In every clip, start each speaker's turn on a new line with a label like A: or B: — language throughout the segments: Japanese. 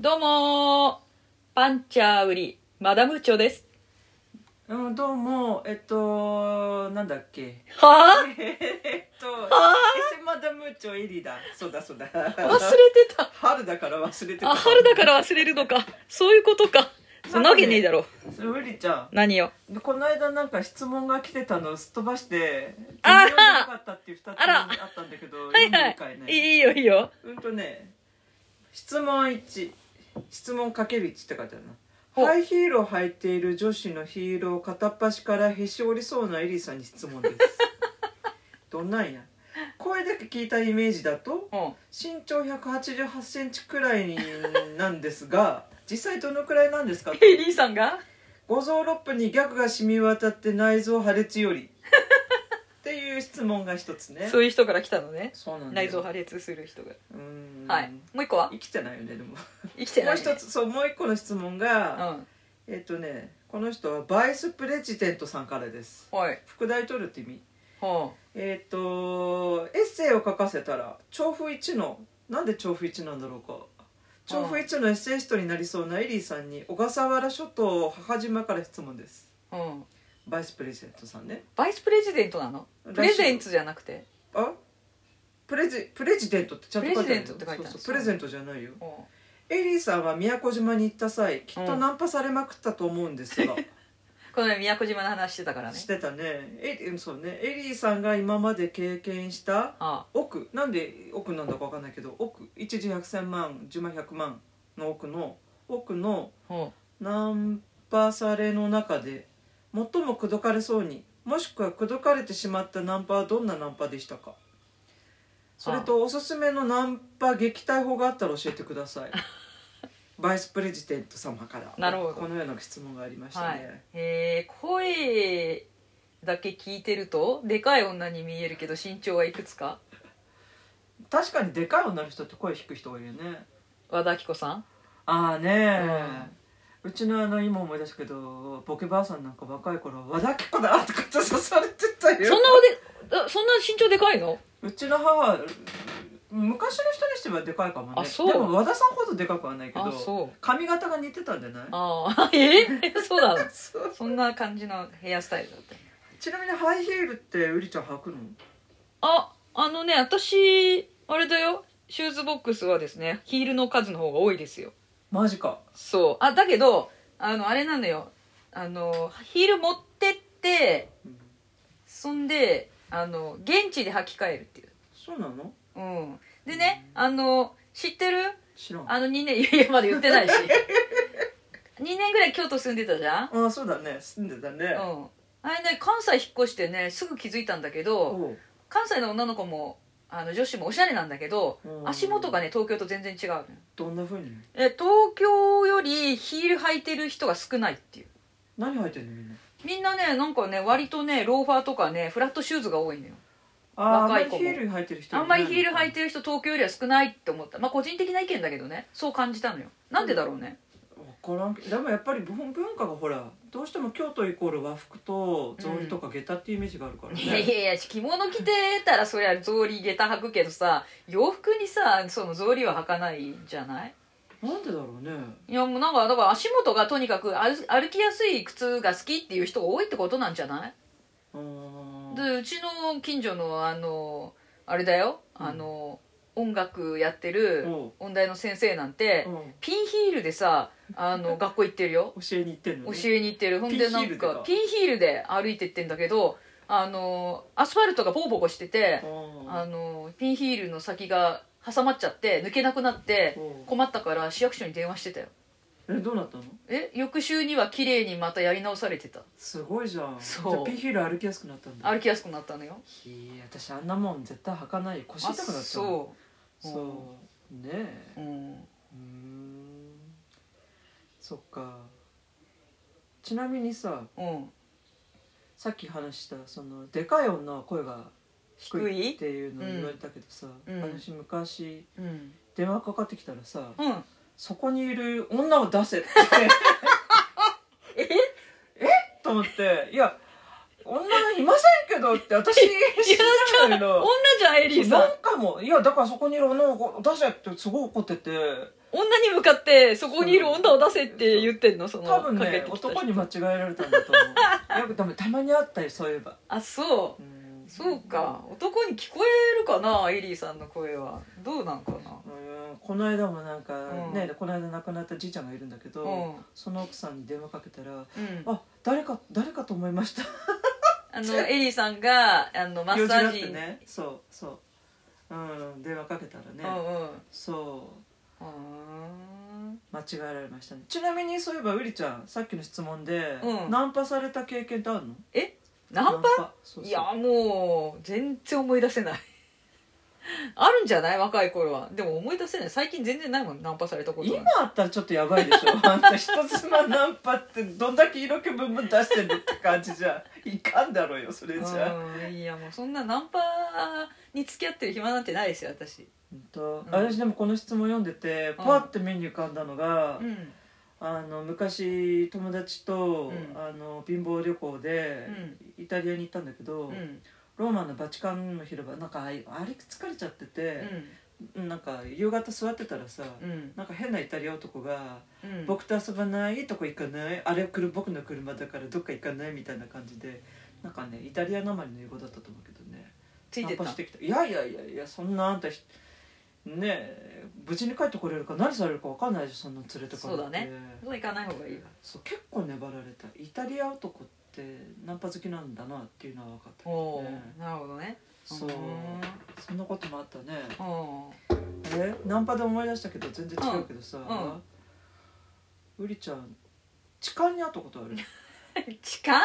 A: どうもーパンチャー売りマダムチョです
B: うん、どうも、えっと、なんだっけ。
A: は
B: えっと、
A: あ
B: エセマダムーチョエリだ。そうだそうだ。
A: あ忘れ
B: 春
A: てた
B: だから忘れてた。
A: あ春だから忘れるのかそういうことかそんなわけねえだろ
B: ら。ウリちゃ
A: 何よ
B: ん、この間なんか質問が来てたのをすっ飛ばして、
A: あー
B: 全然良かったっていう二つ
A: あら
B: あったんだけど、
A: はいは
B: 読んでるかい
A: い
B: ね。
A: いいよいいよ
B: うんとね、質問1、質問かける1って書いてあるな。
A: お
B: ハイヒールを履いている女子のヒールを片っ端からへし折りそうなエリーさんに質問です どんなんや声だけ聞いたイメージだと
A: うん
B: 身長1 8 8センチくらいなんで すが実際どのくらいなんですかと
A: ヘイリーさんが
B: 五臓六腑に逆が染み渡って内臓破 裂よりっていう質問が一つね
A: そういう人から来たのね
B: そうなんだよ
A: 内臓破裂する人が
B: うん
A: はいもう一個は
B: 生きてないよねでも
A: 生きてない、ね、
B: もう一つそうもう一個の質問が、
A: うん
B: えっとね、この人はバイスプレジデントさんからです。
A: はい
B: 副大統領って意味。
A: は
B: えっと、エッセイを書かせたら、調布一の、なんで調布一なんだろうか。調布一のエッセイストになりそうなエリーさんに、小笠原諸島母島から質問です。
A: あ、うん、
B: バイスプレジデントさんね。
A: バイスプレジデントなの
B: らしい
A: プレゼンツじゃなくて
B: あプレジ、プレジデントってちゃんと書いてあるよ
A: プレジデントって書いてある
B: そうそうプレゼントじゃないよ。
A: うん
B: エリーさんは宮古島に行った際、きっとナンパされまくったと思うんで すが。
A: この前宮古島の話してたからね
B: してたねエリそうねエリーさんが今まで経験した
A: あ
B: 奥なんで奥なんだかわかんないけど奥一時百千万十万百万の奥の奥の
A: あうん
B: ナンパされの中で最も口説かれそうにもしくは口説かれてしまったナンパはどんなナンパでしたかそれとおすすめのナンパ撃退法があったら教えてください バイスプレジデント様から
A: なるほど
B: このような質問がありましたね、
A: はい、えー声だけ聞いてるとでかい女に見えるけど身長はいくつか
B: 確かにでかい女の人って声低く人多いよね
A: 和田アキ子さん
B: ああねえ、うちのあの今思い出したけどボケばあさんなんか若い頃「和田アキ子だ!」とかって刺されてた
A: そん
B: よ
A: なおであそんな身長でかいの
B: うちの母昔の人にしてはでかいかもね
A: あそう
B: でも和田さんほどでかくはないけ
A: あ
B: ど
A: そう
B: 髪型が似てたんじゃない
A: ああ えそうなの
B: そう
A: そんな感じのヘアスタイルだった
B: ちなみにハイヒールってうりちゃん履くの
A: ああのね私あれだよシューズボックスはですねヒールの数の方が多いですよ
B: マジか
A: そうあだけどあのあれなのよあのヒール持ってって
B: うん
A: そんであの現地で履き替えるっていう
B: そうなの
A: うん、でねあの知ってる
B: 知らんあ
A: あの2年いやいやまだ言って ないし2年ぐらい京都住んでたじゃん、うん、
B: あそうだね住んでたね
A: あれね関西引っ越してねすぐ気づいたんだけど
B: おう
A: 関西の女の子もあの女子もおしゃれなんだけど
B: うん
A: 足元がね東京と全然違うのよ
B: どんなふうに
A: え東京よりヒール履いてる人が少ないっていう
B: 何履いてんのみんな
A: みんなねなんかね割とねローファーとかねフラットシューズが多いのよ
B: あー
A: 若い子も
B: あんまりヒール履いてる人
A: あんまりヒール履い
B: て
A: てる人東京よりは少ないって思ったまあ個人的な意見だけどねそう感じたのよなんでだろうね、
B: 分からんけどでもやっぱり文文化がほらどうしても京都イコール和服と草履とか下駄っていうイメージがあるから
A: いやい
B: ね、
A: やいや着物着てたらそりゃ草履下駄履くけどさ洋服にさその草履は履かないんじゃない
B: なんでだろうね
A: いやもうなんかだから足元がとにかく歩歩きやすい靴が好きっていう人が多いってことなんじゃないう
B: ーん
A: でうちの近所のあのあれだよあの、音楽やってる
B: おう
A: 音大の先生なんて、
B: うん
A: ピンヒールでさあ の学校行ってるよ
B: 教えに行ってん
A: 教
B: のね
A: えに行ってるほんでなんかピンヒールで歩いてってんだけどあのアスファルトがボコボコしてて
B: あー
A: あのピンヒールの先が挟まっちゃって抜けなくなって
B: うん
A: 困ったから市役所に電話してたよ
B: えどうなったの
A: え翌週には綺麗にまたやり直されてた
B: すごいじゃん
A: そう
B: じゃあピンヒール歩きやすくなったんだ
A: 歩きやすくなったのよ
B: ひー私あんなもん絶対履かないよ腰痛くなっちゃう
A: あそ
B: そうねえ
A: う、うん、
B: うーんそっかちなみにさ
A: うん、
B: さっき話したそのでかい女は声が低
A: 低
B: い
A: い
B: っていうのを言われたけどさ、
A: うん
B: 私昔
A: うん
B: 電話かかってきたらさ、
A: うん
B: そこにいる女 を出せってええと思っていやお女いませんけどって私知らないんだけ
A: 女
B: ど
A: じゃんエリーさ
B: なんんかもいやだからそこにいる女の子出せってすごい怒ってて
A: 女に向かってそこにいる女を出せって言ってんのその
B: 多分
A: かけ
B: ね
A: てきた人
B: 男に間違えられたんだと思うやっぱ多分たまにあったりそういえば、
A: あそ
B: うん
A: うそうか男に聞こえるかなエリーさんの声はどうなんかな
B: うんこの間もなんか
A: うん
B: ね、この間亡くなったじいちゃんがいるんだけど、
A: うん
B: その奥さんに電話かけたら
A: うん
B: 「あ誰か誰かと思いました」
A: あのエリーさんがあのマッサー
B: 用事があっ
A: ジ
B: てねそうそう、うん、電話かけたら
A: う
B: ね、
A: んうん
B: そう
A: うん
B: 間違えられましたねちなみにそういえばうりちゃんさっきの質問で、
A: うん
B: ナンパされた経験ってあるの
A: ナンパ
B: そうそう
A: いやもう全然思い出せない あるんじゃない若い頃はでも思い出せない最近全然ないもんナンパされたこと
B: 今あったらちょっとやば いでしょあんた人妻ナンパってどんだけ色気ぶんぶん出してんのって感じじゃいかんだろうよそれじゃ
A: うんいやもうそんなナンパに付き合ってる暇なんてないですよ私
B: うんと
A: うん
B: 私でもこの質問読んでてパッて目に浮かんだのが、
A: うん
B: あの昔友達と、
A: うん
B: あの貧乏旅行で、イタリアに行ったんだけど、
A: うん
B: ローマのバチカンの広場なんかあれ疲れちゃってて、なんか夕方座ってたらさ、
A: うん
B: なんか変なイタリア男が
A: うん
B: 「僕と遊ばないいいとこ行かないあれくる僕の車だからどっか行かない」みたいな感じでなんかねイタリアなまりの英語だったと思うけどね
A: ついてった
B: ナンパしてきたいやいやいやいやそんなあんたひねえ無事に帰ってこれるか何されるか分かんないでしょそんな連れてかれて
A: そうだねそう行かない方がいいわ
B: そう結構粘られたイタリア男ってナンパ好きなんだなっていうのは分かったけ
A: お
B: ど
A: お、
B: ね
A: なるほどね
B: そうそんなこともあったね
A: うんお
B: えナンパで思い出したけど全然違うけどさ、うりちゃん痴漢にあったこ とある
A: ー痴漢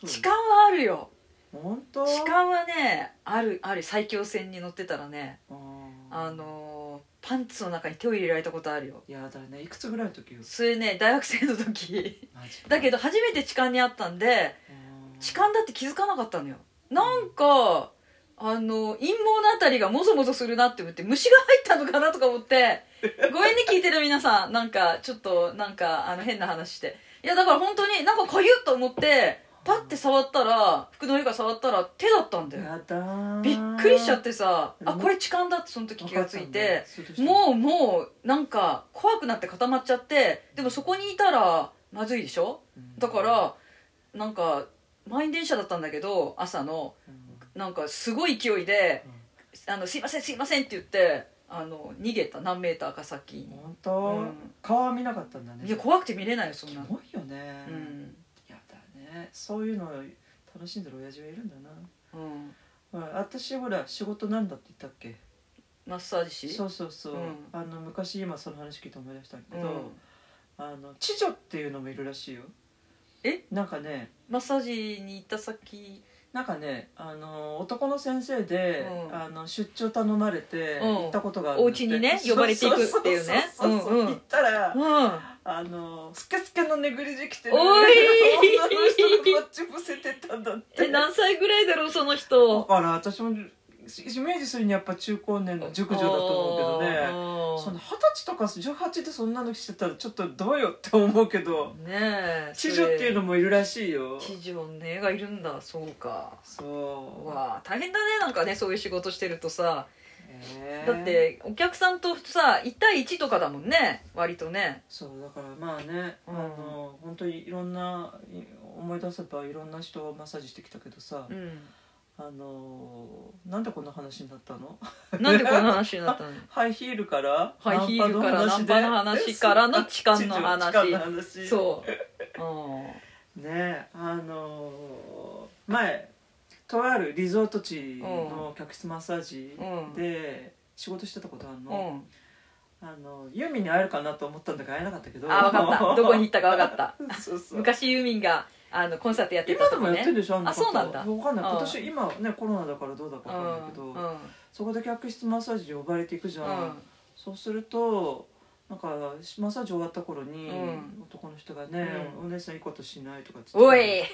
B: そう
A: 痴漢はあるよ
B: 本当
A: 痴漢はねあるある埼京線に乗ってたらね
B: あー
A: あのーパンツの中に手を入れられたことあるよ
B: やだねいくつぐらいの時よ
A: それね大学生の 時
B: マジ
A: だけど初めて痴漢にあったんで
B: あー
A: 痴漢だって気づかなかったのよなんかあの陰謀のあたりがもぞもぞするなって思って虫が入ったのかなとか思ってごめんね聞いてる皆さんなんかちょっとなんかあの変な話していやだから本当になんかかゆっと思ってパッて触ったら服の上から触ったら手だったんだよ
B: やだー
A: びっくりしちゃってさ
B: うん
A: あこれ痴漢だってその時気がついて
B: う
A: もうもうなんか怖くなって固まっちゃってでもそこにいたらまずいでしょだか、らなんか満員電車だったんだけど朝の
B: うん
A: なんかすごい勢いで「
B: う
A: あのすいませんすいません」って言ってあの逃げた何メーターか先
B: ん
A: に
B: 本当、
A: うん
B: 顔は見なかったんだね
A: いや怖くて見れないよそん
B: キ
A: なの
B: モいよね、
A: うん
B: やだねそういうのを楽しんでる親父がいるんだな
A: うん
B: ほら私ほら仕事なんだって言ったっけ
A: マッサージ師
B: そうそうそう、
A: うん
B: あの昔今その話聞いて思い出したけ
A: う
B: ど、
A: ん
B: あの知女っていうのもいるらしいよ
A: え
B: なんかね
A: マッサージに行った先
B: なんかねあの男の先生で、
A: うん
B: あの出張頼まれて
A: うん
B: 行ったことがあるんだって
A: お家にね呼ばれていくっていうね
B: そうそうそうそう
A: うんうん
B: 行ったら
A: うん
B: あのスケスケのネグリジェ着てる
A: おい
B: 女の人がこっち伏せてたんだって
A: え何歳ぐらいだろうその
B: だ
A: 人
B: から私もイメージするにやっぱ中高年の熟女だと思うけどねその
A: ね
B: 二十歳とか18でそんなのしてたらちょっとどうよって思うけど
A: ねえ
B: 知女っていうのもいるらしいよ
A: 知女ねがいるんだそうかう
B: そう
A: わあ大変だねなんかねそういう仕事してるとさ
B: えー
A: だってお客さんとさ1対1とかだもんね割とね
B: そうだからまあね、
A: うん
B: あの本当にいろんない思い出せばいろんな人をマッサージしてきたけどさ、
A: うん
B: あのなんでこんな話になったの
A: なんでこの話になったの
B: ハイヒールから
A: ハイヒールから
B: ナン
A: ナンパ
B: パの
A: の
B: 話で
A: 話からの痴漢の話
B: 痴漢の話
A: そう
B: ねあのー前とあるリゾート地の客室マッサージで仕事してたことある
A: うんう
B: の,、
A: ん
B: あのユーミンに会えるかなと思ったんだけど会えなかったけど
A: あ分かったどこに行ったか分かった
B: そうそう
A: 昔ユーミンがあのコンサートやってた
B: 今
A: と
B: で
A: こ
B: もやってる
A: ね
B: でしょ、あの方
A: あそうなんだ
B: わかんない
A: うん
B: 今年今ねコロナだからどうだか
A: う
B: わ
A: ん
B: かんないけど、
A: うん
B: そこで客室マッサージに呼ばれていくじゃん、そうするとなんかマッサージ終わった頃に、
A: うん
B: 男の人がね、
A: うん
B: お姉さんいいことしない」とかって言っ
A: お
B: て
A: いえ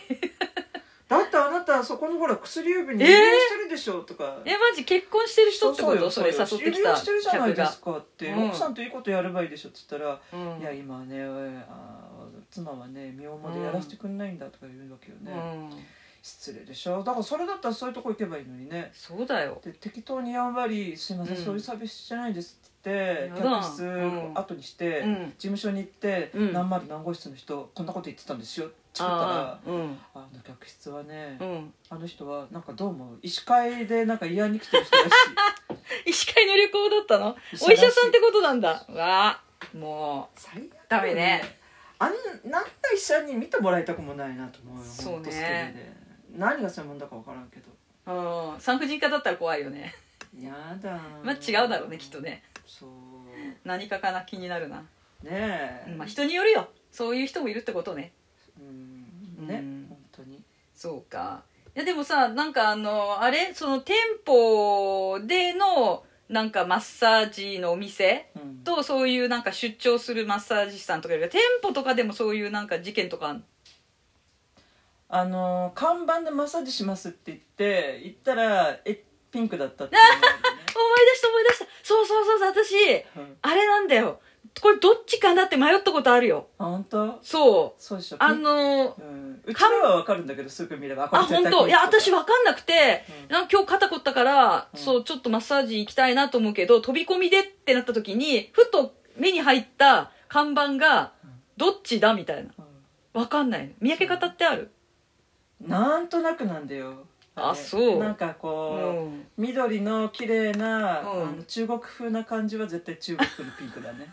B: だってあなたそこのほら薬指に
A: えー
B: 指輪してるでしょ」とか。
A: マジ結婚してる人ってことそ
B: よ
A: れ誘ってき
B: 指輪
A: た
B: してるじゃない
A: 客
B: で
A: が
B: すかって、
A: うん
B: 奥さんといいことやればいいでしょって言ったら「
A: うん
B: いや今はねあー妻はね身をまでやらせてくんないんだ」とか言うわけよね、
A: うん
B: 失礼でしょだからそれだったらそういうとこ行けばいいのにね
A: そうだよ
B: で適当にやんわり「すいません、
A: うん
B: そういうサービスじゃないです」って言って
A: やだ
B: 客室
A: うん
B: 後にして、
A: うん
B: 事務所に行って、
A: うん
B: 何丸何号室の人こんなこと言ってたんですよって言ったら
A: ああうん
B: あの客室はね、
A: うん
B: あの人はなんかどうも医師会でなんか嫌に来てる人らしい
A: 医師会の旅行だったの
B: 医 師
A: お
B: ら
A: 医
B: しい
A: 者さんってことなんだわあも
B: 最悪
A: ダメね
B: あんなんな医者に見てもらいたくもないなと思うよ
A: そうね
B: ほんとスケベで何が専門だか分からんけど
A: ううん産婦人科だったら怖いよね
B: やだ
A: まあ違うだろうねきっとね
B: そう
A: 何かかな気になるな、
B: ねえ、
A: まあ、人によるよそういう人もいるってことね
B: うんね、
A: うん
B: 本当に
A: そうかいやでもさなんかあのあれその店舗でのなんかマッサージのお店
B: うん
A: とそういうなんか出張するマッサージ師さんとかよりは店舗とかでもそういうなんか事件とかあん
B: あの看板でマッサージしますって言って行ったらえピンクだったっていう
A: 思い出した思い出したそうそうそうそう私
B: の がね、うん
A: あれなんだよこれどっちかなって迷ったことあるよ
B: あ本当
A: そ
B: そうでしょ
A: うあの
B: うん、うちらは分かるんだけどすぐ見れば
A: あ本当いや私、分かんなくて
B: これ絶対ピンクだ
A: なんか今日肩凝ったから、
B: うん
A: そうちょっとマッサージ行きたいなと思うけど飛び込みでってなった時にふと目に入った看板が
B: うん
A: どっちだみたいな
B: うんうん
A: 分かんないの見分け方ってある
B: なんとなくなんだよ
A: あ
B: れ
A: そう
B: なんか
A: う
B: こう、
A: ん
B: 緑の綺麗な、
A: うん
B: あの中国風な感じは絶対中国風のピンク だね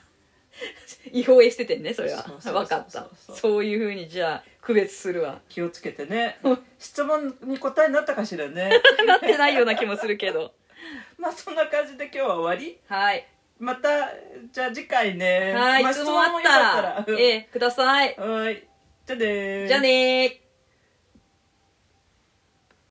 A: 違法絵しててんねそれは
B: そうそうそうそう
A: 分かったそういうふうにじゃあ区別するわ
B: 気をつけてね
A: うん
B: 質問に答えになったかしらね
A: なってないような気もするけど
B: まあそんな感じで今日は終わり
A: はい
B: またじゃあ次回ね
A: はい
B: まあ、
A: 質問あっ
B: 質問もよか
A: たら
B: うん
A: ええください
B: はいじゃあねー
A: じゃあねー